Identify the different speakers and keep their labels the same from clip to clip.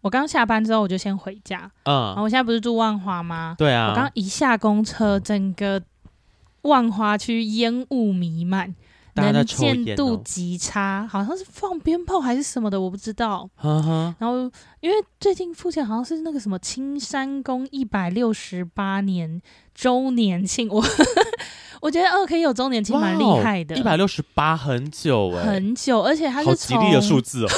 Speaker 1: 我刚下班之后我就先回家，然后
Speaker 2: 嗯，
Speaker 1: 我现在不是住万华吗？
Speaker 2: 对
Speaker 1: 哦我刚
Speaker 2: 啊，嗯
Speaker 1: 一下公车，整个万华区烟雾弥漫，
Speaker 2: 大家在
Speaker 1: 能
Speaker 2: 抽烟哦
Speaker 1: 见度极差，好像是放鞭炮还是什么的，我不知道。
Speaker 2: 哈哈，
Speaker 1: 然后，因为最近附近好像是那个什么青山宫一百六十八年周年庆，我 我觉得二 K 有周年庆蛮厉害的，
Speaker 2: 哦一百六十八很久哎、
Speaker 1: 很久，而且它
Speaker 2: 好
Speaker 1: 是
Speaker 2: 吉
Speaker 1: 从
Speaker 2: 利的 数字哦。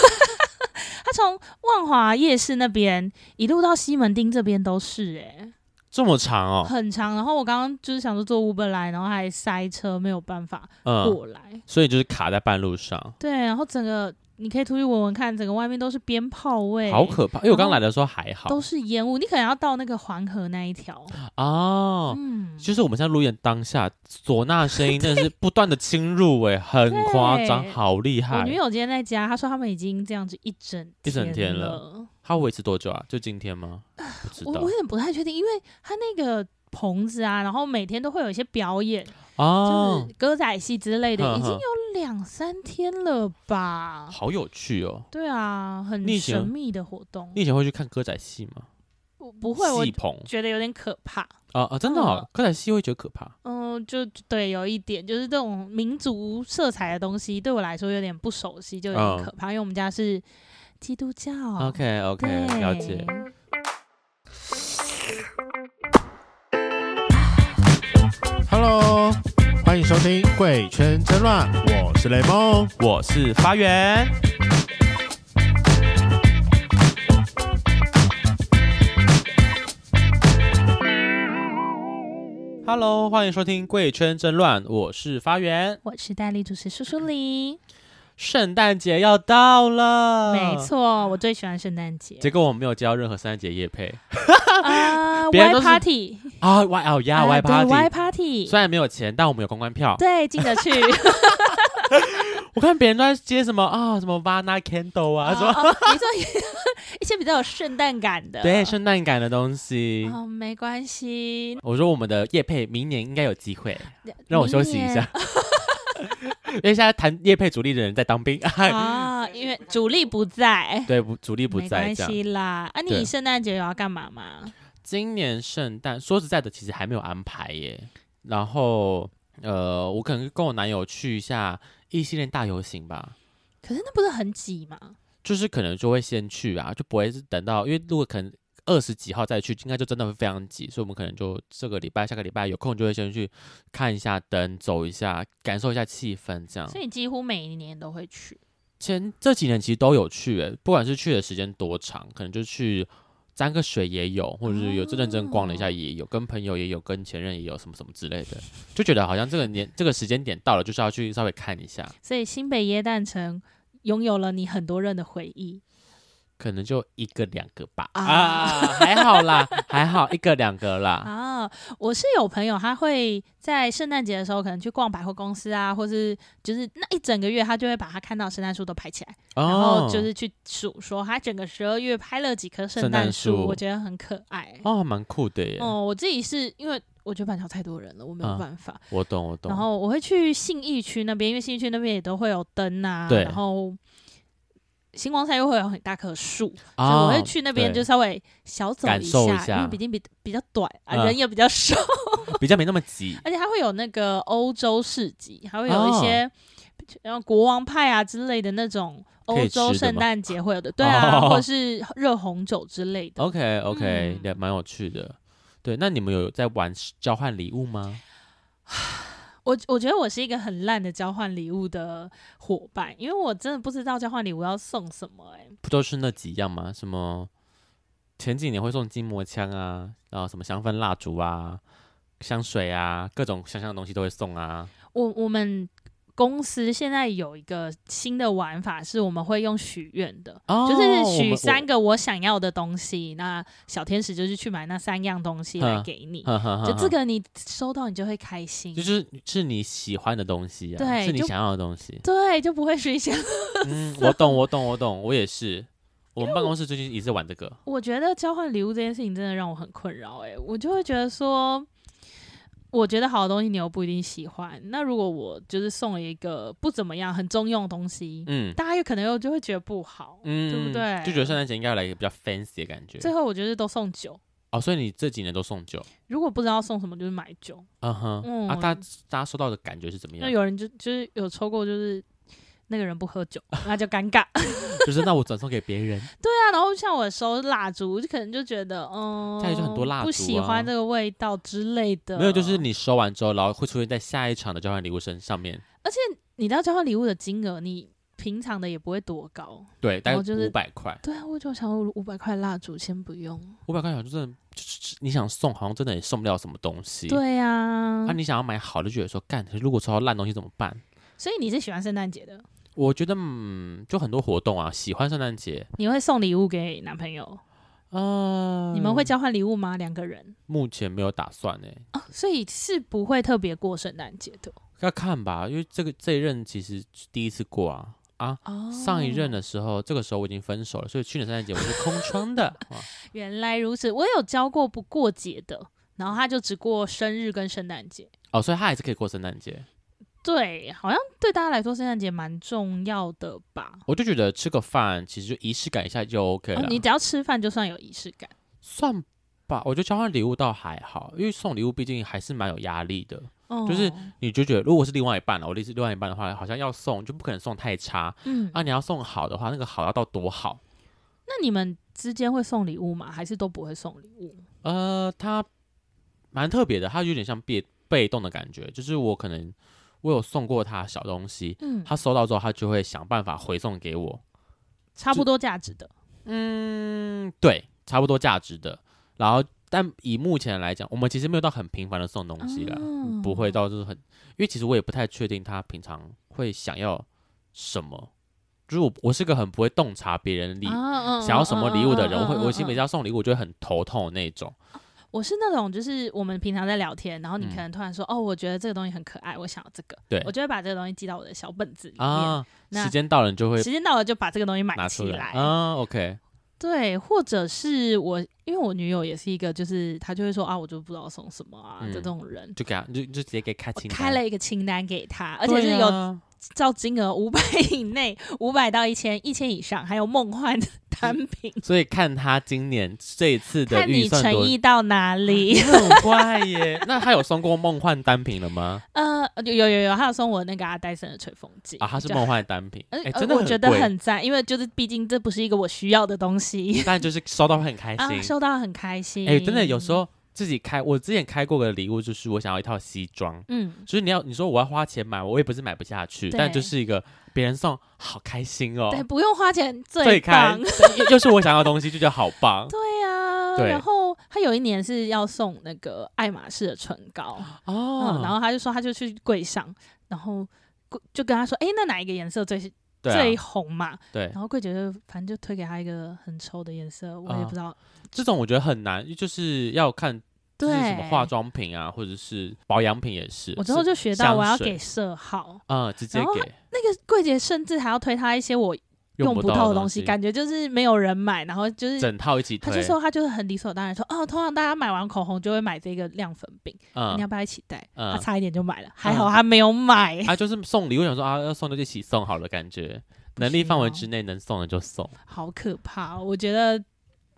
Speaker 1: 它从万华夜市那边一路到西门町这边都是哎、
Speaker 2: 这么长哦，
Speaker 1: 很长。然后我刚刚就是想说坐 Uber 来，然后还塞车，没有办法
Speaker 2: 嗯，
Speaker 1: 过来。
Speaker 2: 所以就是卡在半路上，
Speaker 1: 对，然后整个你可以出去闻闻看，整个外面都是鞭炮味，
Speaker 2: 好可怕。因为我刚来的时候还好
Speaker 1: 都是烟雾。你可能要到那个黄河那一条，
Speaker 2: 哦，
Speaker 1: 嗯，
Speaker 2: 就是我们现在录音当下，唢呐 声音真的是不断的侵入哎、很夸张，
Speaker 1: 对
Speaker 2: 好厉
Speaker 1: 我
Speaker 2: 害
Speaker 1: 女。友今天在家，她说他们已经这样子一整
Speaker 2: 一整天了
Speaker 1: 了。
Speaker 2: 它维持多久啊？就今天吗？不知
Speaker 1: 我
Speaker 2: 道
Speaker 1: 我有点不太确定，因为他那个棚子啊，然后每天都会有一些表演，
Speaker 2: 哦
Speaker 1: 就，是歌仔戏之类的，
Speaker 2: 哼
Speaker 1: 已经
Speaker 2: 哼
Speaker 1: 有两三天了吧？
Speaker 2: 好有趣哦。
Speaker 1: 对啊，很
Speaker 2: 逆行
Speaker 1: 神秘的活动
Speaker 2: 你。以前会去看歌仔戏吗？
Speaker 1: 我不会，我嗯
Speaker 2: 戏棚
Speaker 1: 觉得有点可怕。
Speaker 2: 啊啊，真的哦，歌仔戏会觉得可怕
Speaker 1: 嗯，就对，有一点就是这种民族色彩的东西，对我来说有点不熟悉，就有
Speaker 2: 嗯
Speaker 1: 点可怕，因为我们家是基督教。
Speaker 2: ？OK OK，
Speaker 1: 哦对
Speaker 2: 了解。
Speaker 3: Hello，欢迎收听《贵圈争乱》，我是雷梦。
Speaker 2: 我是发源，Hello，欢迎收听《贵圈争乱》，我是发源。
Speaker 1: 我是代理主持叔叔李，
Speaker 2: 圣诞节要到了，
Speaker 1: 没。错，我最喜欢圣诞节
Speaker 2: 结果我们没有接到任何圣诞节夜配
Speaker 1: 啊
Speaker 2: 别人都
Speaker 1: ，Y
Speaker 2: 是
Speaker 1: Party
Speaker 2: 啊！Y 哦呀
Speaker 1: 啊
Speaker 2: ，Y
Speaker 1: 对 Y
Speaker 2: Party，
Speaker 1: Party，
Speaker 2: 虽然没有钱，但我们有公关票。
Speaker 1: 对，进 得去。
Speaker 2: 我看别人都在接什么啊，什么 Vana Candle 啊，什么
Speaker 1: 哦你说一 些比较有圣诞感的，
Speaker 2: 对圣诞感的东西。
Speaker 1: 哦，没关系，
Speaker 2: 我说我们的叶配明年应该有机会，让我休息一下。 因为现在谈叶配主力的人 在当兵，
Speaker 1: 明 年啊，因为主力不在，
Speaker 2: 对，不主力不
Speaker 1: 没
Speaker 2: 在
Speaker 1: 关
Speaker 2: 这样。
Speaker 1: 系啦。啊，
Speaker 2: 对
Speaker 1: 你圣诞节有要干嘛吗？
Speaker 2: 今年圣诞说实在的，其实还没有安排耶。然后呃，我可能跟我男友去一下异性恋大游行吧，
Speaker 1: 可是那不是很挤吗？
Speaker 2: 就是可能就会先去啊，就不会是等到，因为如果可能。二十几号再去，应该就真的会非常挤，所以我们可能就这个礼拜、下个礼拜有空就会先去看一下灯，走一下，感受一下气氛，这样。
Speaker 1: 所以你几乎每一年都会去。
Speaker 2: 前这几年其实都有去、欸，不管是去的时间多长，可能就去沾个水也有，或者是有认真逛了一下
Speaker 1: 哦
Speaker 2: 也有，跟朋友也有，跟前任也有，什么什么之类的，就觉得好像这个年这个时间点到了，就是要去稍微看一下，
Speaker 1: 所以新北耶诞城拥有了你很多人的回忆。
Speaker 2: 可能就一个两个吧，
Speaker 1: 啊
Speaker 2: 啊，还好啦，还好一个两个啦，
Speaker 1: 啊，我是有朋友，他会在圣诞节的时候可能去逛百货公司啊，或是就是那一整个月，他就会把他看到的圣诞树都拍起来，啊
Speaker 2: 哦
Speaker 1: 然后就是去数说他整个十二月拍了几棵圣
Speaker 2: 圣诞
Speaker 1: 诞
Speaker 2: 树
Speaker 1: 树，我觉得很可爱。
Speaker 2: 哦，蛮酷的耶，
Speaker 1: 哦，我自己是因为我觉得板桥太多人了，我没有
Speaker 2: 啊
Speaker 1: 办法，
Speaker 2: 我懂我懂，哦
Speaker 1: 然后我会去信义区那边，因为信义区那边也都会有灯啊，
Speaker 2: 对
Speaker 1: 然后星光山又会有很大棵树，所以
Speaker 2: 啊
Speaker 1: 我会去那边
Speaker 2: 对
Speaker 1: 就稍微小走
Speaker 2: 感
Speaker 1: 一
Speaker 2: 受
Speaker 1: 下，
Speaker 2: 一下
Speaker 1: 因为毕竟比比较短啊，
Speaker 2: 嗯
Speaker 1: 人也比较少，
Speaker 2: 比较没那么挤，
Speaker 1: 而且它会有那个欧洲市集，还会有一
Speaker 2: 啊
Speaker 1: 些。然后国王派啊之类的那种
Speaker 2: 可以
Speaker 1: 欧
Speaker 2: 吃的
Speaker 1: 洲
Speaker 2: 吗
Speaker 1: 圣诞节会有的，对啊，
Speaker 2: 哦
Speaker 1: 或者是热红酒之类的。
Speaker 2: OK OK，
Speaker 1: 嗯
Speaker 2: 也蛮有趣的。对，那你们有在玩交换礼物吗？
Speaker 1: 我我觉得我是一个很烂的交换礼物的伙伴，因为我真的不知道交换礼物要送什么、欸。
Speaker 2: 不都是那几样吗？什么前几年会送筋膜枪啊，然后什么香氛蜡烛啊、香水啊，各种香香的东西都会送啊。
Speaker 1: 我我们公司现在有一个新的玩法，是我们会用许愿的，
Speaker 2: 哦
Speaker 1: 就是
Speaker 2: 我
Speaker 1: 许
Speaker 2: 们
Speaker 1: 三个我想要的东西，那小天使就是去买那三样东西来
Speaker 2: 嗯
Speaker 1: 给你，
Speaker 2: 我 哈哈
Speaker 1: 就
Speaker 2: 哈
Speaker 1: 这个你收到你就会开心
Speaker 2: 就。是是你喜欢的东西啊，
Speaker 1: 对
Speaker 2: 是你
Speaker 1: 就。
Speaker 2: 想要的东西
Speaker 1: 对，就不会是一些。
Speaker 2: 嗯，我懂，我懂，我懂，我也是。我们办公室最近也是玩这个，
Speaker 1: 我觉得交换礼物这件事情真的让我很困扰，哎，我就会觉得说，我觉得好的东西你又不一定喜欢，那如果我就是送了一个不怎么样、很中用的东西，
Speaker 2: 嗯
Speaker 1: 大家有可能又就会觉得不好，
Speaker 2: 嗯，
Speaker 1: 对不对？
Speaker 2: 就觉得圣诞节应该要来一个比较 fancy 的感觉。
Speaker 1: 最后我就是都送酒，
Speaker 2: 哦，所以你这几年都送酒，
Speaker 1: 如果不知道送什么，就是买酒。
Speaker 2: 嗯哼，
Speaker 1: 嗯
Speaker 2: 啊，大家大家收到的感觉是怎么
Speaker 1: 那
Speaker 2: 样？
Speaker 1: 有人就就是有抽过，就是那个人不喝酒， 那就尴尬。对
Speaker 2: 就是那我转送给别人，
Speaker 1: 啊，然后像我收蜡烛，就可能就觉得嗯，
Speaker 2: 家里就很多蜡烛啊
Speaker 1: 不喜欢这个味道之类的。
Speaker 2: 没有，就是你收完之后，然后会出现在下一场的交换礼物身上面。
Speaker 1: 你知道交换礼物的金额，你平常的也不会多高。
Speaker 2: 对，大
Speaker 1: 然
Speaker 2: 概
Speaker 1: 后哦就是
Speaker 2: 五百块，
Speaker 1: 对啊，我就想五百块蜡烛先不用。
Speaker 2: 五百块好像就真的，就是你想送，好像真的也送不了什么东西。，
Speaker 1: 对啊，
Speaker 2: 啊，你想要买好的，就觉得说，干，如果抽到烂东西怎么办？
Speaker 1: 所以你是喜欢圣诞节的，
Speaker 2: 我觉得，嗯，就很多活动啊，喜欢圣诞节，
Speaker 1: 你会送礼物给男朋友？
Speaker 2: 啊，
Speaker 1: 你们会交换礼物吗？两个人
Speaker 2: 目前没有打算欸呢、
Speaker 1: 哦，所以是不会特别过圣诞节的
Speaker 2: 要看吧，因为这个这一任其实是第一次过啊啊。
Speaker 1: 哦。
Speaker 2: 上一任的时候，这个时候我已经分手了，所以去年圣诞节我是空 窗的。哇
Speaker 1: 原来如此，我有教过不过节的，然后他就只过生日跟圣诞节。
Speaker 2: 哦，所以他还是可以过圣诞节。
Speaker 1: 对，好像对大家来说圣诞节蛮重要的吧？
Speaker 2: 我就觉得吃个饭其实就仪式感一下就 OK
Speaker 1: 哦
Speaker 2: 了，
Speaker 1: 你只要吃饭就算有仪式感。
Speaker 2: 算吧。我觉得交换礼物倒还好，因为送礼物毕竟还是蛮有压力的。
Speaker 1: 哦
Speaker 2: 就是你就觉得如果是另外一半了，我的意思另外一半的话，好像要送就不可能送太差
Speaker 1: 嗯，
Speaker 2: 啊。你要送好的话，那个好要到多好？
Speaker 1: 那你们之间会送礼物吗？还是都不会送礼物？
Speaker 2: 呃，它蛮特别的，它有点像被被动的感觉，就是我可能我有送过他小东西，
Speaker 1: 嗯，
Speaker 2: 他收到之后，他就会想办法回送给我。
Speaker 1: 差不多价值的。
Speaker 2: 嗯，对，差不多价值的。然后，但以目前来讲，我们其实没有到很频繁的送东西了，
Speaker 1: 哦
Speaker 2: 不会到就是很，因为其实我也不太确定他平常会想要什么。就是我，我是个很不会洞察别人礼、
Speaker 1: 啊
Speaker 2: 想要什么礼物的人，我会我
Speaker 1: 新
Speaker 2: 新每次要送礼物，我就会很头痛的那种。
Speaker 1: 啊我是那种就是我们平常在聊天，然后你
Speaker 2: 嗯
Speaker 1: 可能突然说、哦，我觉得这个东西很可爱，我想要这个，
Speaker 2: 对
Speaker 1: 我就会把这个东西记到我的小本子里面，
Speaker 2: 啊，
Speaker 1: 那
Speaker 2: 时间到了你就会
Speaker 1: 时间到了就把这个东西买
Speaker 2: 拿
Speaker 1: 起
Speaker 2: 出啊，OK，
Speaker 1: 对，或者是我因为我女友也是一个，就是她就会说啊，我就不知道送什么啊、
Speaker 2: 嗯
Speaker 1: 这种人。
Speaker 2: 就给他，就就直接给开
Speaker 1: 我
Speaker 2: 清单，
Speaker 1: 开了一个清单给她，而
Speaker 2: 对
Speaker 1: 且是有
Speaker 2: 啊
Speaker 1: 照金额五百 以内、五百到一千、一千以上，还有梦幻的单品，
Speaker 2: 所以看他今年这一次嗯的
Speaker 1: 看
Speaker 2: 预
Speaker 1: 你
Speaker 2: 算
Speaker 1: 诚
Speaker 2: 多，嗯
Speaker 1: 意到哪里。
Speaker 2: 很快耶。那他有送过梦幻单品 了吗？
Speaker 1: 呃，有有有有，还有送我那个啊戴森的吹风机
Speaker 2: 啊，他是
Speaker 1: 就
Speaker 2: 梦幻单品，
Speaker 1: 呃
Speaker 2: 哎，
Speaker 1: 呃
Speaker 2: 真的
Speaker 1: 我觉得
Speaker 2: 贵，
Speaker 1: 很赞，因为就是毕竟这不是一个我需要的东西
Speaker 2: 但就是收到会很开
Speaker 1: 啊，
Speaker 2: 心。
Speaker 1: 收到很开心。
Speaker 2: 哎，真的有时，候自己开，我之前开过的礼物就是我想要一套西装。
Speaker 1: 嗯，
Speaker 2: 就是你要你说我要花钱买，我也不是买不下去，
Speaker 1: 对
Speaker 2: 但就是一个别人送，好开心哦，
Speaker 1: 对，不用花钱
Speaker 2: 最
Speaker 1: 最
Speaker 2: 开
Speaker 1: 棒。，
Speaker 2: 又又是我想要的东西，就觉得好棒
Speaker 1: 对呀、
Speaker 2: 对
Speaker 1: 然后他有一年是要送那个爱马仕的唇膏，
Speaker 2: 哦
Speaker 1: 嗯，然后他就说他就去柜上，然后柜就跟他说，哎、那哪一个颜色最、
Speaker 2: 对啊
Speaker 1: 最红嘛？
Speaker 2: 对，
Speaker 1: 然后柜姐就反正就推给他一个很丑的颜色，我也
Speaker 2: 啊
Speaker 1: 不知道，
Speaker 2: 这种我觉得很难，就是要看就
Speaker 1: 对，
Speaker 2: 是什么化妆品啊，或者是保养品也是。
Speaker 1: 我之后就学到我要
Speaker 2: 香水
Speaker 1: 给色号，
Speaker 2: 啊、嗯直接
Speaker 1: 然后
Speaker 2: 给
Speaker 1: 那个柜姐甚至还要推他一些我用
Speaker 2: 不
Speaker 1: 不
Speaker 2: 到
Speaker 1: 到
Speaker 2: 的
Speaker 1: 的东西，
Speaker 2: 西，
Speaker 1: 感觉就是没有人买，然后就是
Speaker 2: 整套一起
Speaker 1: 他
Speaker 2: 推。
Speaker 1: 就说他就是很理所当然说哦，通常大家买完口红就会买这个亮粉饼，你要
Speaker 2: 嗯，
Speaker 1: 不要一起带？
Speaker 2: 嗯
Speaker 1: 他差一点就买了，还好他没有买。
Speaker 2: 啊，就是送礼物，想说啊，要送就一起送好了，感觉能力范围之内能送的就送。
Speaker 1: 好可怕、哦！我觉得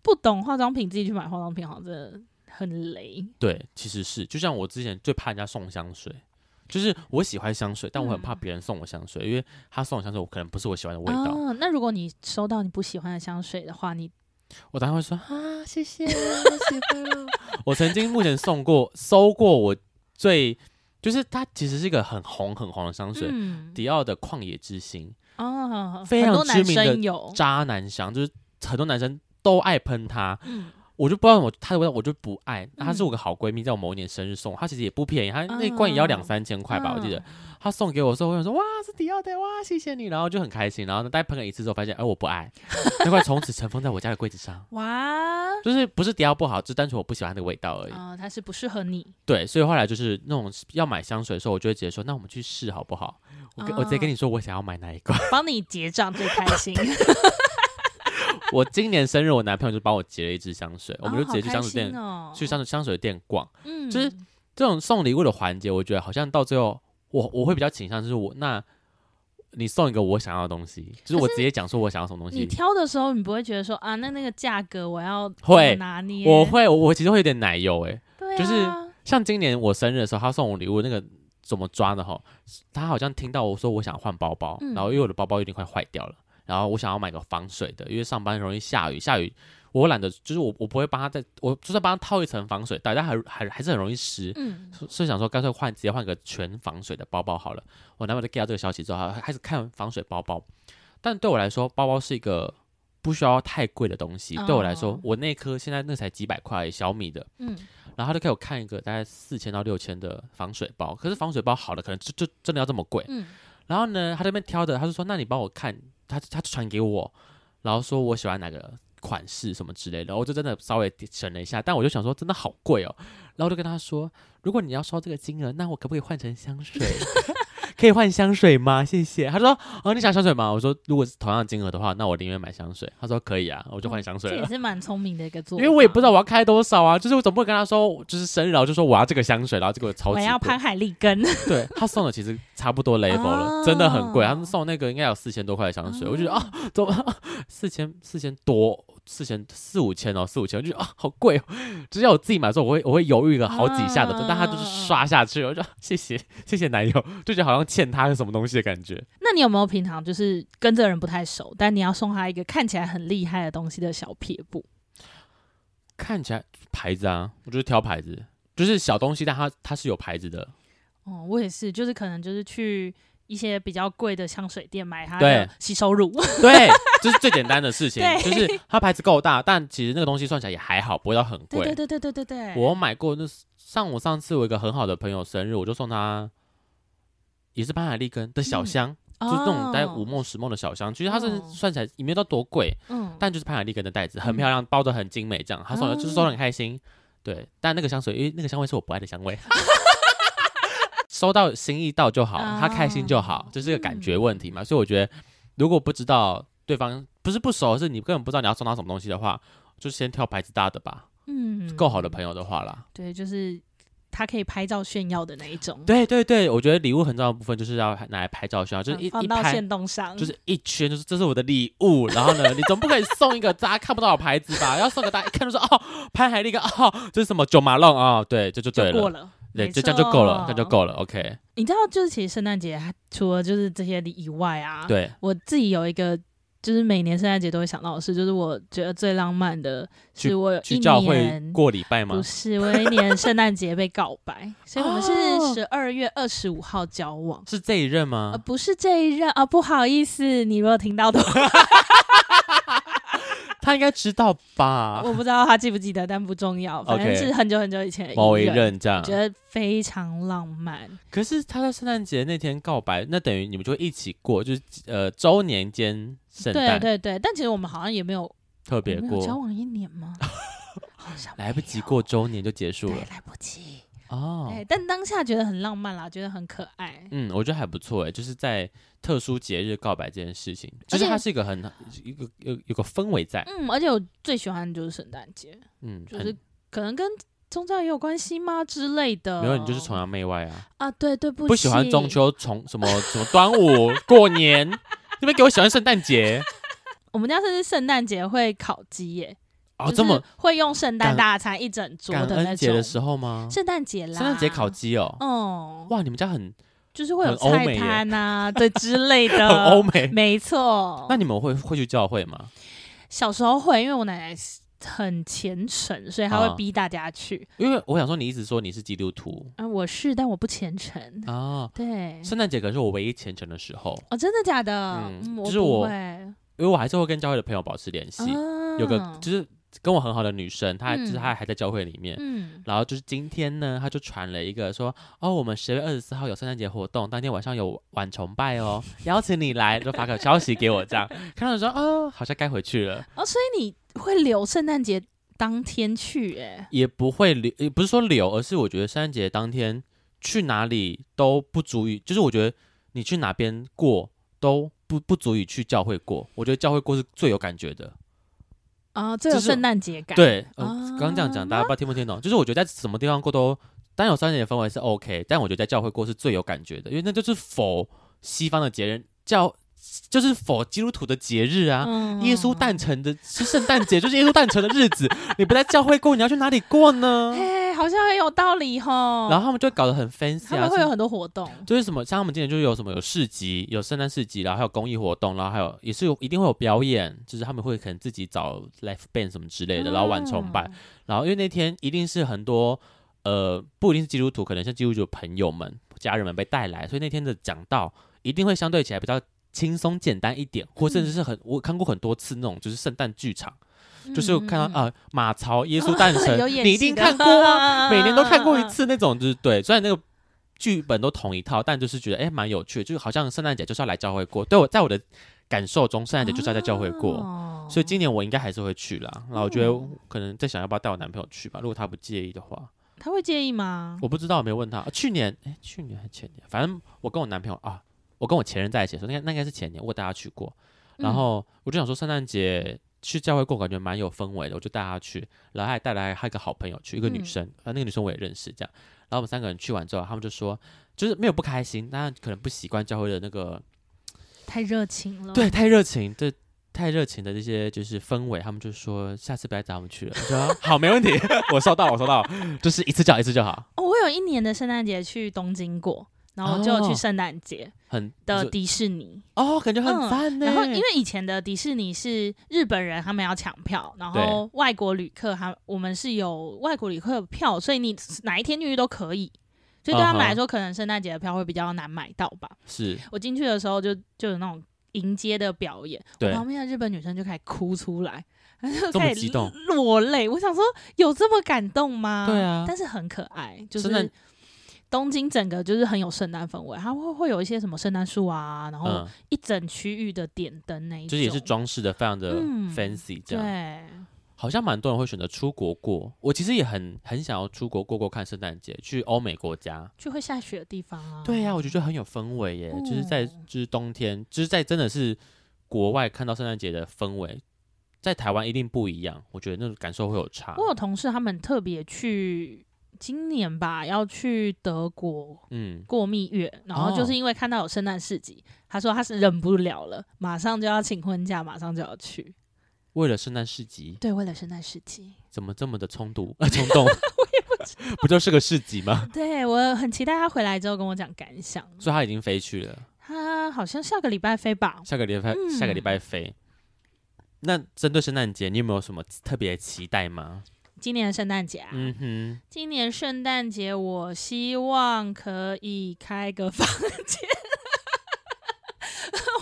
Speaker 1: 不懂化妆品自己去买化妆品，好像真的很雷。
Speaker 2: 对，其实是就像我之前最怕人家送香水。就是我喜欢香水，但我很怕
Speaker 1: 嗯
Speaker 2: 别人送我香水，因为他送我香水，我可能不是我喜欢的味道。
Speaker 1: 啊，那如果你收到你不喜欢的香水的话，你
Speaker 2: 我当然会说啊，谢谢，我喜欢了。我曾经目前送过、收过我最，就是它其实是一个很红很红的香水，
Speaker 1: 嗯
Speaker 2: 迪奥的旷野之心
Speaker 1: 啊，
Speaker 2: 非常
Speaker 1: 很多男
Speaker 2: 知名的
Speaker 1: 生有，
Speaker 2: 渣男香，就是很多男生都爱喷它。
Speaker 1: 嗯
Speaker 2: 我就不知道我它的味道，我就不爱。那她是我个好闺蜜，在我某一年生日送，她其实也不便宜，
Speaker 1: 啊
Speaker 2: 她那一罐也要两三千块吧，我记得。她送给我的时候，我想说哇是迪奥的哇谢谢你，然后就很开心，然后呢大概喷了一次之后，发现哎、我不 爱，那块从此尘封在我家的柜子上。
Speaker 1: 哇，
Speaker 2: 就是不是迪奥不好，只单纯我不喜欢它的味道而已。
Speaker 1: 哦，它是不适合你，
Speaker 2: 对，所以后来就是那种要买香水的时候，我就会直接说，那我们去试好不好？我
Speaker 1: 啊
Speaker 2: 跟、我直接跟你说我想要买哪一罐。
Speaker 1: 帮你结账最开心。
Speaker 2: 我今年生日，我男朋友就帮我结了一支香水，我们
Speaker 1: 哦
Speaker 2: 就直接去
Speaker 1: 好
Speaker 2: 香
Speaker 1: 开
Speaker 2: 水店、
Speaker 1: 心哦
Speaker 2: 去香水香水店逛。
Speaker 1: 嗯，
Speaker 2: 就是这种送礼物的环节，我觉得好像到最后，我我会比较倾向就是我那，你送一个我想要的东西，就是我直接讲说我想要什么东
Speaker 1: 你
Speaker 2: 西。
Speaker 1: 挑的时候，你不会觉得说啊，那那个价格我要
Speaker 2: 会
Speaker 1: 怎么拿捏，
Speaker 2: 我会，我我其实会有点奶油诶、
Speaker 1: 对啊，
Speaker 2: 就是像今年我生日的时候，他送我礼物那个怎么抓的哈？他好像听到我说我想换包包，
Speaker 1: 嗯
Speaker 2: 然后因为我的包包有点快坏掉了，然后我想要买个防水的，因为上班容易下雨，下雨我懒得，就是我我不会帮他再，我就算帮他套一层防水袋，但还还还是很容易湿。
Speaker 1: 嗯，
Speaker 2: 所所以想说，干脆换直接换个全防水的包包好了。我男朋友就 get 到这个消息之后，他开始看防水包包。但对我来说，包包是一个不需要太贵的东西。对我来说
Speaker 1: 哦，
Speaker 2: 我那颗现在那才几百块小米的，
Speaker 1: 嗯，
Speaker 2: 然后他就给我看一个大概四千到六千的防水包，可是防水包好的可能就就真的要这么贵。
Speaker 1: 嗯，
Speaker 2: 然后呢，他这边挑的，他就说那你帮我看，他他传给我，然后说我喜欢哪个款式什么之类的，我就真的稍微省了一下，但我就想说真的好贵哦，然后我就跟他说，如果你要收这个金额，那我可不可以换成香 水？可以换香水吗？谢谢。他说：“哦，你想香水吗？”我说：“如果是同样的金额的话，那我宁愿买香水。”他说：“可以啊，我就换香水
Speaker 1: 这
Speaker 2: 了。
Speaker 1: 也是蛮聪明的一个做
Speaker 2: 因
Speaker 1: 法，
Speaker 2: 为我也不知道我要开多少啊，就是我总不会跟他说，就是生日然后就说我要这个香水，然后这个超
Speaker 1: 我
Speaker 2: 级
Speaker 1: 要
Speaker 2: 贵
Speaker 1: 潘，海利根，
Speaker 2: 对他送的其实差不
Speaker 1: 啊
Speaker 2: 多 level 了，真的很贵，他们送那个应该有四千多块的香水，我就觉得啊，怎么四千四千多，四千四五千哦，四五千，我就觉得啊好贵、哦，只要我自己买的时候，我会我会犹豫个好几下的，
Speaker 1: 啊
Speaker 2: 但他就是刷下去，我就、啊、谢谢谢谢男友，就觉得好像欠他什么东西的感觉。
Speaker 1: 那你有没有平常就是跟这个人不太熟，但你要送他一个看起来很厉害的东西的小撇步？
Speaker 2: 看起来牌子啊，我就是挑牌子，就是小东西，但它它是有牌子的，
Speaker 1: 哦，我也是，就是可能就是去一些比较贵的香水店买他
Speaker 2: 对
Speaker 1: 的洗手乳，
Speaker 2: 对，这是最简单的事情，
Speaker 1: 对
Speaker 2: 就是它牌子够大，但其实那个东西算起来也还好，不会到很贵。
Speaker 1: 对对对对对对对，
Speaker 2: 我买过那像我上次我一个很好的朋友生日，我就送他也是潘海利根的小香，就是那种带五
Speaker 1: 哦，
Speaker 2: 梦十梦的小香，其实它是
Speaker 1: 哦
Speaker 2: 算起来也没有到多贵，
Speaker 1: 嗯，
Speaker 2: 但就是潘海利根的袋子很漂亮，包的很精美，这样他送的就是收的很开心。对，但那个香水因为那个香味是我不爱的香味。收到心意到就好，他开心就好，这、是个感觉问题嘛。所以我觉得，如果不知道对方不是不熟，是你根本不知道你要送他什么东西的话，就先挑牌子大的吧，
Speaker 1: 嗯
Speaker 2: 够好的朋友的话啦。
Speaker 1: 对，就是他可以拍照炫耀的那一种，
Speaker 2: 对对对，我觉得礼物很重要的部分就是要拿来拍照炫耀，就是
Speaker 1: 嗯
Speaker 2: 一
Speaker 1: 放
Speaker 2: 一
Speaker 1: 到嗯
Speaker 2: 拍
Speaker 1: 线动上，
Speaker 2: 就是一圈，就是这是我的礼物。然后呢，你总不可以送一个大家看不到的牌子吧？要送给大家一看就说哦，潘海利根哦，这是什么九马龙哦，对，这就
Speaker 1: 就
Speaker 2: 对
Speaker 1: 过
Speaker 2: 了，
Speaker 1: 了，
Speaker 2: 对，
Speaker 1: 没
Speaker 2: 就这样就够了，
Speaker 1: 错
Speaker 2: 这样就。够了。OK，
Speaker 1: 你知道，就是其实圣诞节除了就是这些以外啊，
Speaker 2: 对，
Speaker 1: 我自己有一个，就是每年圣诞节都会想到的事，就是我觉得最浪漫的
Speaker 2: 去
Speaker 1: 是我有一
Speaker 2: 去教会
Speaker 1: 年
Speaker 2: 过礼拜
Speaker 1: 不
Speaker 2: 吗？
Speaker 1: 是我有一年圣诞节被告白，所以我们是
Speaker 2: 哦
Speaker 1: 十二月二十五号交往。
Speaker 2: 是这一任
Speaker 1: 呃，
Speaker 2: 吗？
Speaker 1: 不是这一任啊、不好意思，你如果听到的话，
Speaker 2: 他应该知道吧？
Speaker 1: 我不知道他记不记得，但不重要，反正
Speaker 2: 啊 OK
Speaker 1: 是很久很久以前的
Speaker 2: 某一
Speaker 1: 任，
Speaker 2: 任这啊样
Speaker 1: 我，觉得非常浪漫。
Speaker 2: 可是他在圣诞节那天告白，那等于你们就会一起过，就是呃周年间圣
Speaker 1: 对
Speaker 2: 诞
Speaker 1: 对对，但其实我们好像也没有
Speaker 2: 特别
Speaker 1: 我们有交
Speaker 2: 过，
Speaker 1: 往一年吗？好像
Speaker 2: 来不及
Speaker 1: 没有
Speaker 2: 过周年就结束
Speaker 1: 对哎
Speaker 2: 了，
Speaker 1: 来不及。
Speaker 2: 哦。
Speaker 1: 对，但当下觉得很浪漫啦，觉得很可爱。
Speaker 2: 嗯，我觉得还不错哎，就是在特殊节日告白这件事情，就
Speaker 1: 而
Speaker 2: 是
Speaker 1: 且
Speaker 2: 它是一个很一个有有个氛围在，
Speaker 1: 嗯，而且我最喜欢的就是圣诞节，
Speaker 2: 嗯，
Speaker 1: 就
Speaker 2: 很
Speaker 1: 是可能跟宗教也有关系吗之类的。
Speaker 2: 没有你就是崇洋媚外啊，
Speaker 1: 啊，对对呃不
Speaker 2: 不喜欢中。秋从什么什么端午过年，你们给我喜欢圣诞节
Speaker 1: 我们家甚至圣诞节会烤鸡耶，
Speaker 2: 哦，
Speaker 1: 就是
Speaker 2: 这么
Speaker 1: 会用圣诞
Speaker 2: 感
Speaker 1: 大餐一整桌
Speaker 2: 感
Speaker 1: 的那
Speaker 2: 恩节
Speaker 1: 种
Speaker 2: 的。时候吗？
Speaker 1: 圣诞节啦，
Speaker 2: 圣诞节烤，鸡哦，
Speaker 1: 嗯，
Speaker 2: 哇，你们家很
Speaker 1: 就是会有
Speaker 2: 很欧美
Speaker 1: 菜
Speaker 2: 耶
Speaker 1: 摊啊，对之类的，
Speaker 2: 很欧美，
Speaker 1: 没错。
Speaker 2: 那你们会会去教会吗？
Speaker 1: 小时候会，因为我奶奶很虔诚，所以她
Speaker 2: 啊
Speaker 1: 会逼大家去。
Speaker 2: 因为我想说，你一直说你是基督徒
Speaker 1: 啊，我是，但我不虔诚。
Speaker 2: 啊，
Speaker 1: 对，
Speaker 2: 圣诞节可是我唯一虔诚的时候，
Speaker 1: 哦，真的假的？
Speaker 2: 嗯
Speaker 1: 嗯，
Speaker 2: 就是
Speaker 1: 不
Speaker 2: 我
Speaker 1: 会。
Speaker 2: 因为我还是会跟教会的朋友保持联系。有个
Speaker 1: 啊
Speaker 2: 就是跟我很好的女生，她就是
Speaker 1: 嗯
Speaker 2: 她还在教会里面。
Speaker 1: 嗯，
Speaker 2: 然后就是今天呢，她就传了一个说，哦，我们十月二十四号有圣诞节活动，当天晚上有晚崇拜 哦，邀请你来，就发个消息给我这样。看到说，哦，好像该回去 了，
Speaker 1: 哦，所以你会留圣诞节当天去、哎，
Speaker 2: 也不会留，也不是说留，而是我觉得圣诞节当天去哪里都不足以，就是我觉得你去哪边过都不不足以去教会过，我觉得教会过是最有感觉的。
Speaker 1: 啊，最有
Speaker 2: 就是
Speaker 1: 圣诞节感，，
Speaker 2: 对，呃
Speaker 1: 啊
Speaker 2: 刚刚这样讲，大家不知道听不听懂？就是我觉得在什么地方过都，当然有圣诞节的氛围是 OK，但我觉得在教会过是最有感觉的，因为那就是否西方的节日，教就是否基督徒的节日啊。
Speaker 1: 嗯
Speaker 2: 耶稣诞辰的是圣诞节，就是耶稣诞辰的日子，你不在教会过，你要去哪里过呢？
Speaker 1: 哎、好像很有道理吼。
Speaker 2: 然后他们就搞得很 fancy
Speaker 1: 他
Speaker 2: 啊，
Speaker 1: 们会有
Speaker 2: 是
Speaker 1: 很多活动，
Speaker 2: 就是什么，像他们今年就是有什么有市集，有圣诞市集，然后还有公益活动，然后还有也是有一定会有表演，就是他们会可能自己找 l i f e band 什么之类的，然后晚崇拜，
Speaker 1: 嗯
Speaker 2: 然后因为那天一定是很多呃不一定是基督徒，可能像基督徒的朋友们、家人们被带来，所以那天的讲道一定会相对起来比较轻松简单一点，或甚至是很、我看过很多次那种就是圣诞剧场，就是看到
Speaker 1: 嗯嗯嗯哦
Speaker 2: 啊、呃马槽、耶稣诞辰，
Speaker 1: 有演
Speaker 2: 你一
Speaker 1: 戏
Speaker 2: 定
Speaker 1: 的
Speaker 2: 看过啊，每年都 看过一次那种，就是对，虽然那个。剧本都同一套，但就是觉得哎，蛮有趣的，就是好像圣诞节就是要来教会过。对我，在我的感受中，圣诞节就是要在教会过。
Speaker 1: 哦嗯
Speaker 2: 所以今年我应该还是会去啦。然后我觉得可能在想要不要带我男朋友去吧，如果他不介意的话，
Speaker 1: 他会介意吗？
Speaker 2: 我不知道，没有问他。啊去年，哎，去年还前年，反正我跟我男朋友啊，我跟我前任在一起的时候，那应该那应该是前年，我带他去过。
Speaker 1: 嗯
Speaker 2: 然后我就想说，圣诞节去教会过，感觉蛮有氛围的，我就带他去，然后还带来他一个好朋友去，一个女
Speaker 1: 嗯
Speaker 2: 生，啊，那个女生我也认识，这样。然后我们三个人去完之后，他们就说，就是没有不开心，但可能不习惯教会的那个
Speaker 1: 太热情了，
Speaker 2: 对，，太热情，对，太热情的这些就是氛围，他们就说下次不要找我们去了。我说 啊好，没问题，我收到，我收到，就是一次叫一次就好。
Speaker 1: 哦，我有一年的圣诞节去东京过，然后就有去
Speaker 2: 哦
Speaker 1: 圣诞节
Speaker 2: 很
Speaker 1: 的
Speaker 2: 就
Speaker 1: 迪士尼，
Speaker 2: 哦，感觉很
Speaker 1: 嗯
Speaker 2: 赞呢、
Speaker 1: 然后因为以前的迪士尼是日本人他们要抢票，然后外国旅客他我们是有外国旅客的票，所以你哪一天去都可以。所以对他们
Speaker 2: 啊哈
Speaker 1: 来说可能圣诞节的票会比较难买到吧。
Speaker 2: 是
Speaker 1: 我进去的时候就就有那种迎接的表演，我
Speaker 2: 对
Speaker 1: 旁边的日本女生就开始哭出来， 然后
Speaker 2: 这
Speaker 1: 就
Speaker 2: 么
Speaker 1: 开
Speaker 2: 激
Speaker 1: 始
Speaker 2: 动
Speaker 1: 落泪。我想说，有这么感动吗？
Speaker 2: 对啊
Speaker 1: 但是很可爱，就
Speaker 2: 圣诞
Speaker 1: 是东京整个就是很有圣诞氛围，它会会有一些什么圣诞树啊，然后
Speaker 2: 嗯，
Speaker 1: 一整区域的点灯那一种，
Speaker 2: 就是也是装饰的非常的
Speaker 1: 嗯
Speaker 2: fancy 这
Speaker 1: 对
Speaker 2: 样。，好像蛮多人会选择出国过，我其实也很很想要出国过过看圣诞节，去欧美国家。
Speaker 1: 去会下雪的地方啊。
Speaker 2: 对呀、我就觉得很有氛围耶，就是在
Speaker 1: 嗯
Speaker 2: 就是冬天，就是在真的是国外看到圣诞节的氛围，在台湾一定不一样，我觉得啊那种感受会有差。
Speaker 1: 我有同事他们特别去今年吧，要去德国
Speaker 2: 嗯，
Speaker 1: 过蜜月，然后
Speaker 2: 哦
Speaker 1: 就是因为看到有圣诞市集，他说他是忍不了了，马上就要请婚假，马上就要去。
Speaker 2: 为了圣诞市集，
Speaker 1: 对，为了圣诞市集，
Speaker 2: 怎么这么的冲突、呃、冲 动？不就是个市集吗？
Speaker 1: 对我很期待他回来之后跟我讲感想。
Speaker 2: 所以他已经飞去了，
Speaker 1: 他好像下个礼拜飞吧？
Speaker 2: 下个礼拜、
Speaker 1: 嗯
Speaker 2: 下个礼拜飞。那针对圣诞节，你有没有什么特别的期待吗？
Speaker 1: 今年的圣诞节啊，
Speaker 2: 嗯哼，
Speaker 1: 今年圣诞节我希望可以开个房 间。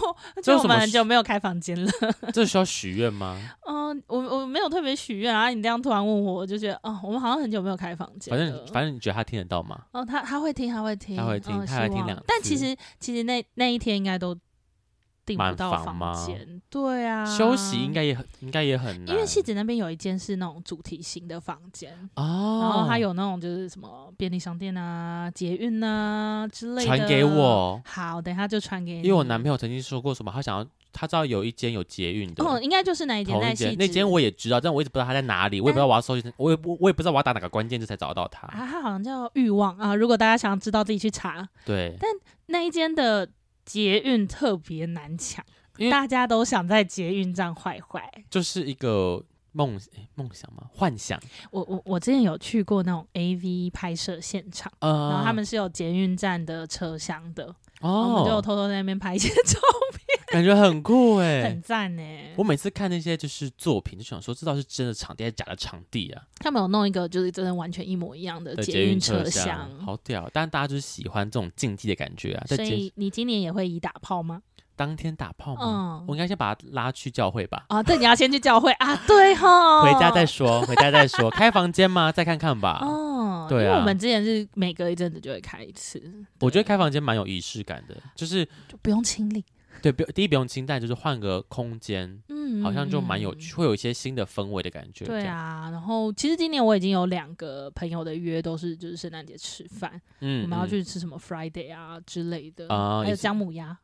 Speaker 1: 我
Speaker 2: 这
Speaker 1: 就
Speaker 2: 有
Speaker 1: 我
Speaker 2: 什么
Speaker 1: 们很
Speaker 2: 事
Speaker 1: 久没有开房间 了。
Speaker 2: 这需要许 愿吗？
Speaker 1: 嗯，我我没有特别许愿啊，你这样突然问我，我就觉得，哦，我们好像很久没有开房间
Speaker 2: 反
Speaker 1: 了。
Speaker 2: 正反正你觉得他听得到吗？
Speaker 1: 哦，他他会听，他会听，
Speaker 2: 他会听
Speaker 1: 嗯、
Speaker 2: 他会
Speaker 1: 希
Speaker 2: 听
Speaker 1: 望
Speaker 2: 两
Speaker 1: 但其
Speaker 2: 次
Speaker 1: 实其实那那一天应该都订不
Speaker 2: 满
Speaker 1: 到
Speaker 2: 房
Speaker 1: 房
Speaker 2: 吗
Speaker 1: 间，对啊，
Speaker 2: 休息应。该也很应该也很难，
Speaker 1: 因为戏子那边有一间是那种主题型的房间，
Speaker 2: 哦，
Speaker 1: 然后它有那种就是什么便利商店啊、捷运啊之类的。
Speaker 2: 传给我，
Speaker 1: 好，等一下就传给你。
Speaker 2: 因为我男朋友曾经说过什么，他想要他知道有一间有捷运的，
Speaker 1: 哦，应该就是那一间，
Speaker 2: 同一
Speaker 1: 戏
Speaker 2: 间那间
Speaker 1: 子
Speaker 2: 我也知道，但我一直不知道他在哪里，我也不知道我要搜寻，我也不我也不知道我要打哪个关键字才找得到他。
Speaker 1: 啊，它好像叫欲望啊。如果大家想要知道，自己去查
Speaker 2: 对，
Speaker 1: 那一间的捷运特别难抢
Speaker 2: 因为，
Speaker 1: 大家都想在捷运站坏坏。
Speaker 2: 就是一个梦诶梦想嘛，幻想，
Speaker 1: 我我我之前有去过那种 AV 拍摄现场，
Speaker 2: 呃，
Speaker 1: 然后他们是有捷运站的车厢的，然后我们就
Speaker 2: 哦，
Speaker 1: 偷偷在那边拍一些照
Speaker 2: 感觉 很酷
Speaker 1: 片，
Speaker 2: 哎
Speaker 1: 很。赞欸呢、
Speaker 2: 我每次看那些就是作品，就想说，这到底是真的场地还是假的场地啊？
Speaker 1: 他们有弄一个就是真的完全一模一样的
Speaker 2: 的
Speaker 1: 捷
Speaker 2: 运
Speaker 1: 车
Speaker 2: 厢好屌！但大家就是喜欢这种竞技的感觉啊，在
Speaker 1: 所
Speaker 2: 捷
Speaker 1: 以你今年也会以打炮吗？
Speaker 2: 当天打炮吗？
Speaker 1: 嗯
Speaker 2: 我应该先把他拉去教会吧，
Speaker 1: 哦，对，你要先去教会啊， 对哈，
Speaker 2: 回家 再说，回家再说。开房间吗？再看看吧。
Speaker 1: 哦，
Speaker 2: 对啊
Speaker 1: 因为我们之前是每隔一阵子就会开一次，
Speaker 2: 我觉得开房间蛮有仪式感的，就是
Speaker 1: 就不用清理，
Speaker 2: 对，不第一不用清淡，就是换个空间，
Speaker 1: 嗯，
Speaker 2: 好像就蛮有
Speaker 1: 嗯
Speaker 2: 趣，会有一些新的氛围的感觉。
Speaker 1: 对
Speaker 2: 这样，
Speaker 1: 啊，然后其实今年我已经有两个朋友的约都是就是圣诞节吃饭，
Speaker 2: 嗯
Speaker 1: 我们要
Speaker 2: 嗯
Speaker 1: 去吃什么 Friday 啊之类的，
Speaker 2: 啊
Speaker 1: 还
Speaker 2: 也
Speaker 1: 有
Speaker 2: 是
Speaker 1: 姜母鸭，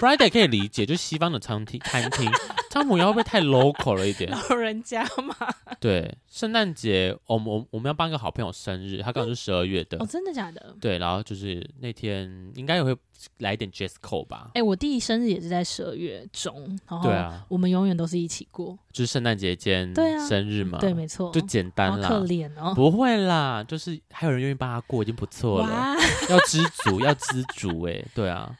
Speaker 2: Friday 可以理解，就是西方的餐厅餐厅，汤姆鸭会不会太 local 了一 点？
Speaker 1: 老人家嘛，
Speaker 2: 对，圣诞节我们我我们要帮一个好朋友生日，他刚好是十二月的
Speaker 1: 哦，，真的假的？
Speaker 2: 对，然后就是那天应该也会来一点 jazz code 吧，
Speaker 1: 哎、我弟生日也是在十二月中，然后
Speaker 2: 对啊
Speaker 1: 我们永远都是一起过，
Speaker 2: 就是圣诞节间
Speaker 1: 对啊
Speaker 2: 生日嘛，
Speaker 1: 对，没错，
Speaker 2: 就简
Speaker 1: 好
Speaker 2: 单啦
Speaker 1: 可，怜哦，
Speaker 2: 不会啦，就是还有人愿意帮他过，已经不错了，
Speaker 1: 哇，
Speaker 2: 要知足，要知足，哎，对啊，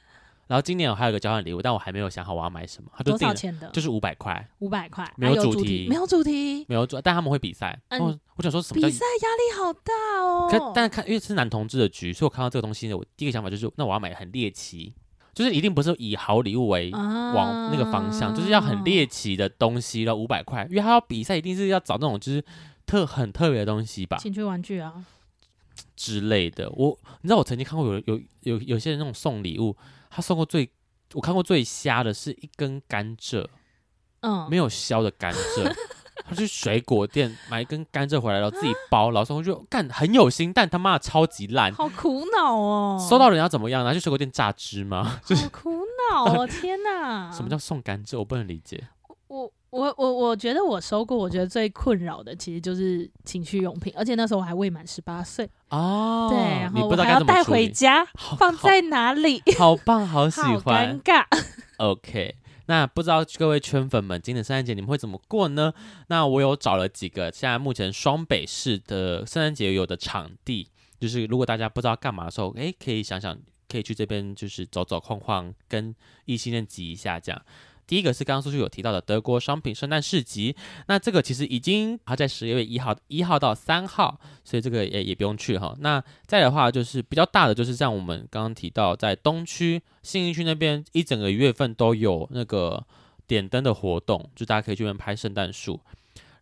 Speaker 2: 然后今年我还有一个交换礼物，但我还没有想好我要买什么，他就
Speaker 1: 多
Speaker 2: 定
Speaker 1: 少
Speaker 2: 了
Speaker 1: 钱啊的？
Speaker 2: 就是五百块，
Speaker 1: 五百块，
Speaker 2: 没
Speaker 1: 啊
Speaker 2: 有
Speaker 1: 有
Speaker 2: 主
Speaker 1: 主
Speaker 2: 题
Speaker 1: 没有主题，
Speaker 2: 没有做，但他们会比赛，
Speaker 1: 嗯
Speaker 2: 我我想说什么叫
Speaker 1: 比赛压力好大哦。
Speaker 2: 可但看，因为是男同志的局，所以我看到这个东西呢，我第一个想法就是，那我要买很猎奇，就是一定不是以好礼物
Speaker 1: 啊
Speaker 2: 为往那个方向，就是要很猎
Speaker 1: 烈，
Speaker 2: 奇的东西，然后五百块，因为他要比赛，一定是要找那种就是特很特别的东西吧
Speaker 1: 情趣玩具啊，
Speaker 2: 之类的。我你知道我曾经看过有有有有些人那种送礼物，他送过最我看过最瞎的是一根甘蔗，
Speaker 1: 嗯，
Speaker 2: 没有削的甘蔗。 他去水果店买一根甘蔗回来，然后自己包，然后送过去，干很有心，但他妈的超级烂，
Speaker 1: 好苦恼哦，
Speaker 2: 收到人要怎么样？拿去水果店榨汁吗？
Speaker 1: 好苦恼哦，天哪！
Speaker 2: 什么叫送甘蔗？我不能理解。
Speaker 1: 我我我我觉得我收过，我觉得最困扰的其实就是情趣用品，而且那时候我还未满十八岁，
Speaker 2: 哦，
Speaker 1: 对，然
Speaker 2: 你
Speaker 1: 后
Speaker 2: 不知
Speaker 1: 我
Speaker 2: 道
Speaker 1: 还
Speaker 2: 该
Speaker 1: 要
Speaker 2: 怎么
Speaker 1: 带
Speaker 2: 处
Speaker 1: 回
Speaker 2: 理，哦
Speaker 1: 家，
Speaker 2: 好
Speaker 1: 放在哪里？
Speaker 2: 好好棒，好喜
Speaker 1: 好尴
Speaker 2: 欢。
Speaker 1: 尬，
Speaker 2: OK，那不知道各位圈粉们，今年圣诞节你们会怎么过呢？那我有找了几个现在目前双北市的圣诞节有的场地，就是如果大家不知道干嘛的时候，诶，可以想想可以去这边就是走走晃晃，跟异性恋挤一下这样。第一个是刚刚苏叔有提到的德国商品圣诞市集，那这个其实已经它在十月一号一号到三号，所以这个也也不用去哈。那再的话就是比较大的，就是像我们刚刚提到，在东区信义区那边一整个月份都有那个点灯的活动，就大家可以去那边拍圣诞树。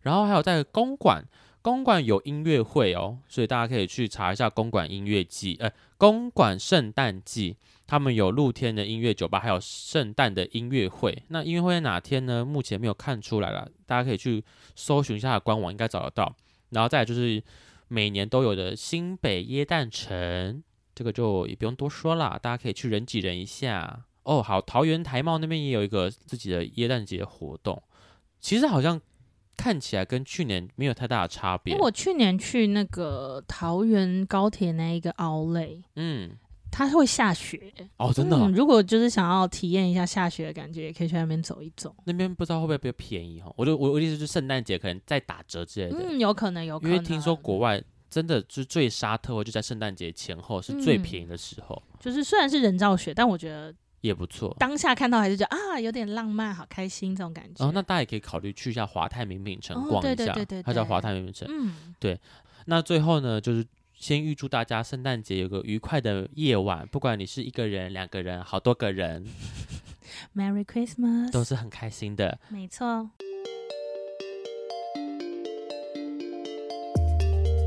Speaker 2: 然后还有在公馆，公馆有音乐会哦，所以大家可以去查一下公馆音乐季，呃，公馆圣诞季，他们有露天的音乐酒吧，还有圣诞的音乐会。那音乐会在哪天呢？目前没有看出来了，大家可以去搜寻一下它的官网，应该找得到。然后再来就是每年都有的新北耶诞城，这个就也不用多说啦，大家可以去人挤人一下。哦，好，桃园台茂那边也有一个自己的耶诞节活动，其实好像看起来跟去年没有太大的差别
Speaker 1: 因为。哎我去年去那个桃园高铁那一个凹类，
Speaker 2: 嗯，
Speaker 1: 它会下雪，
Speaker 2: 哦，真的哦、
Speaker 1: 嗯如果就是想要体验一下下雪的感觉，也可以去那边走一走。
Speaker 2: 那边不知道会不会比较便宜哈？我就我我的意思就是圣诞节可能在打折之类的，
Speaker 1: 嗯，有可能，有可
Speaker 2: 因
Speaker 1: 能。啊
Speaker 2: 为听说国外真的就是最杀特惠就在圣诞节前后是
Speaker 1: 嗯
Speaker 2: 最便宜的时候，
Speaker 1: 就是虽然是人造雪，但我觉得
Speaker 2: 也不错。
Speaker 1: 当下看到还是觉得啊，有点浪漫，好开心这种感觉。
Speaker 2: 哦然后那大家也可以考虑去一下华泰名品城
Speaker 1: 哦
Speaker 2: 逛
Speaker 1: 对
Speaker 2: 一
Speaker 1: 对
Speaker 2: 下，
Speaker 1: 对对
Speaker 2: 它叫
Speaker 1: 对
Speaker 2: 华泰名品城。
Speaker 1: 嗯，
Speaker 2: 那最后呢，就是先预祝大家圣诞节有个愉快的夜晚，不管你是一个人、两个人、好多个人，
Speaker 1: ，Merry Christmas，
Speaker 2: 都是很开心的。
Speaker 1: 没错。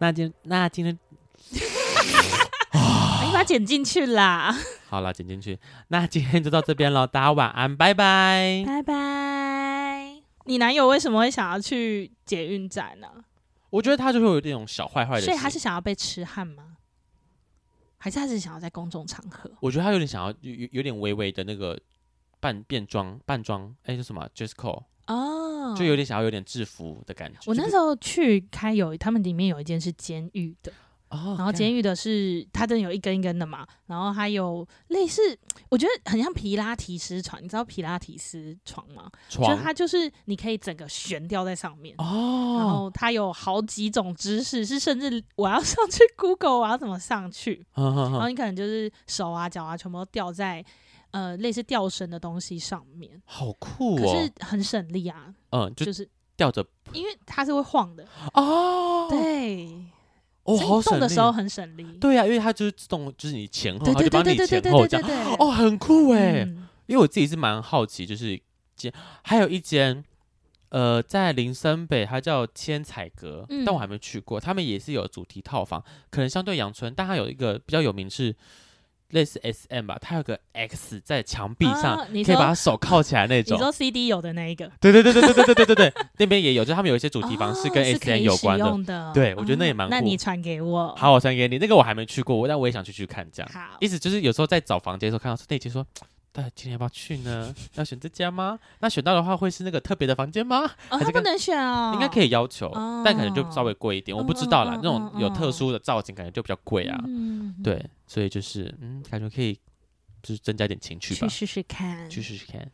Speaker 2: 那今那今天
Speaker 1: 你把它剪进去 啦，
Speaker 2: 好了，剪进去。那今天就到这边了，大家晚安，拜拜。
Speaker 1: 拜拜。你男友为什么会想要去捷运站啊呢、
Speaker 2: 我觉得他就会有这种小坏坏的，
Speaker 1: 所以他是。想要被痴汉吗？还是他是想要在公众场合？
Speaker 2: 我觉得他有点想要有有有点微微的那个扮变装扮装，哎、叫什么 j e s c o
Speaker 1: 哦，
Speaker 2: 就有点想要有点制服的感觉。
Speaker 1: 我那时
Speaker 2: 候
Speaker 1: 候去开有，他们里面有一间是监狱的，
Speaker 2: 哦，
Speaker 1: 然后监狱的是它真的有一根一根的嘛，然后还有类似，我觉得很像皮拉提斯床，你知道皮拉提斯床吗？就
Speaker 2: 床
Speaker 1: 它就是你可以整个悬吊在上面。然
Speaker 2: 哦，
Speaker 1: 后它有好几种姿势，是甚至我要上去 Google 我要怎么上去，
Speaker 2: 哼哼
Speaker 1: 然后
Speaker 2: 哼
Speaker 1: 你可能就是手啊脚啊全部都吊在呃类似吊绳的东西上面，
Speaker 2: 好酷
Speaker 1: 可
Speaker 2: 哦
Speaker 1: 是，很省力啊，
Speaker 2: 嗯，就
Speaker 1: 就是
Speaker 2: 吊着
Speaker 1: 因为它是会晃的，
Speaker 2: 哦，，
Speaker 1: 对，
Speaker 2: 哦，
Speaker 1: 所以
Speaker 2: 好
Speaker 1: 你动
Speaker 2: 省
Speaker 1: 的
Speaker 2: 力
Speaker 1: 时候很省力，
Speaker 2: 对呀、啊因为它就是自动，就是你前后，
Speaker 1: 对
Speaker 2: 它就
Speaker 1: 对
Speaker 2: 帮
Speaker 1: 对
Speaker 2: 你
Speaker 1: 对对对
Speaker 2: 前
Speaker 1: 对
Speaker 2: 后
Speaker 1: 对
Speaker 2: 这
Speaker 1: 对
Speaker 2: 样，
Speaker 1: 对，
Speaker 2: 哦，很酷哎、
Speaker 1: 嗯
Speaker 2: 因为我自己是蛮好奇，就是间还有一间，呃，在林森北，它叫千彩阁，
Speaker 1: 嗯
Speaker 2: 但我还没去过。他们也是有主题套房，可能相对阳春，但它有一个比较有名是类似 SM 吧，它有个 X 在墙壁上，
Speaker 1: 啊
Speaker 2: 你
Speaker 1: 你
Speaker 2: 可以
Speaker 1: 说
Speaker 2: 把它手铐起来那
Speaker 1: 你
Speaker 2: 种。
Speaker 1: 说 CD 有的那一个
Speaker 2: 对对对对对对对对对对，那边也有，就是他们有一些主题房是跟
Speaker 1: 哦可
Speaker 2: SM
Speaker 1: 以
Speaker 2: 有关
Speaker 1: 使
Speaker 2: 的。
Speaker 1: 用的，
Speaker 2: 对我觉得那也
Speaker 1: 哦
Speaker 2: 蛮
Speaker 1: 那
Speaker 2: 酷
Speaker 1: 你传给我，
Speaker 2: 好，我传给你，那个我还没去过，我但我也想去去看这样。
Speaker 1: 好
Speaker 2: 意思就是有时候在找房间的时候看到那间说，大家今天要不要去呢？ 要选这家吗？那选到的话会是那个特别的房间吗？
Speaker 1: 哦，他
Speaker 2: 还是
Speaker 1: 不
Speaker 2: 跟
Speaker 1: 能选哦，
Speaker 2: 应该可以要求，但可能就稍微贵一点，我不知道啦。
Speaker 1: 嗯嗯嗯
Speaker 2: 那种有特殊的造型，感觉就比较贵啊。
Speaker 1: 嗯，
Speaker 2: 对，所以就是嗯，感觉可以就是增加一点情趣吧
Speaker 1: 去，试试看，
Speaker 2: 去试试看。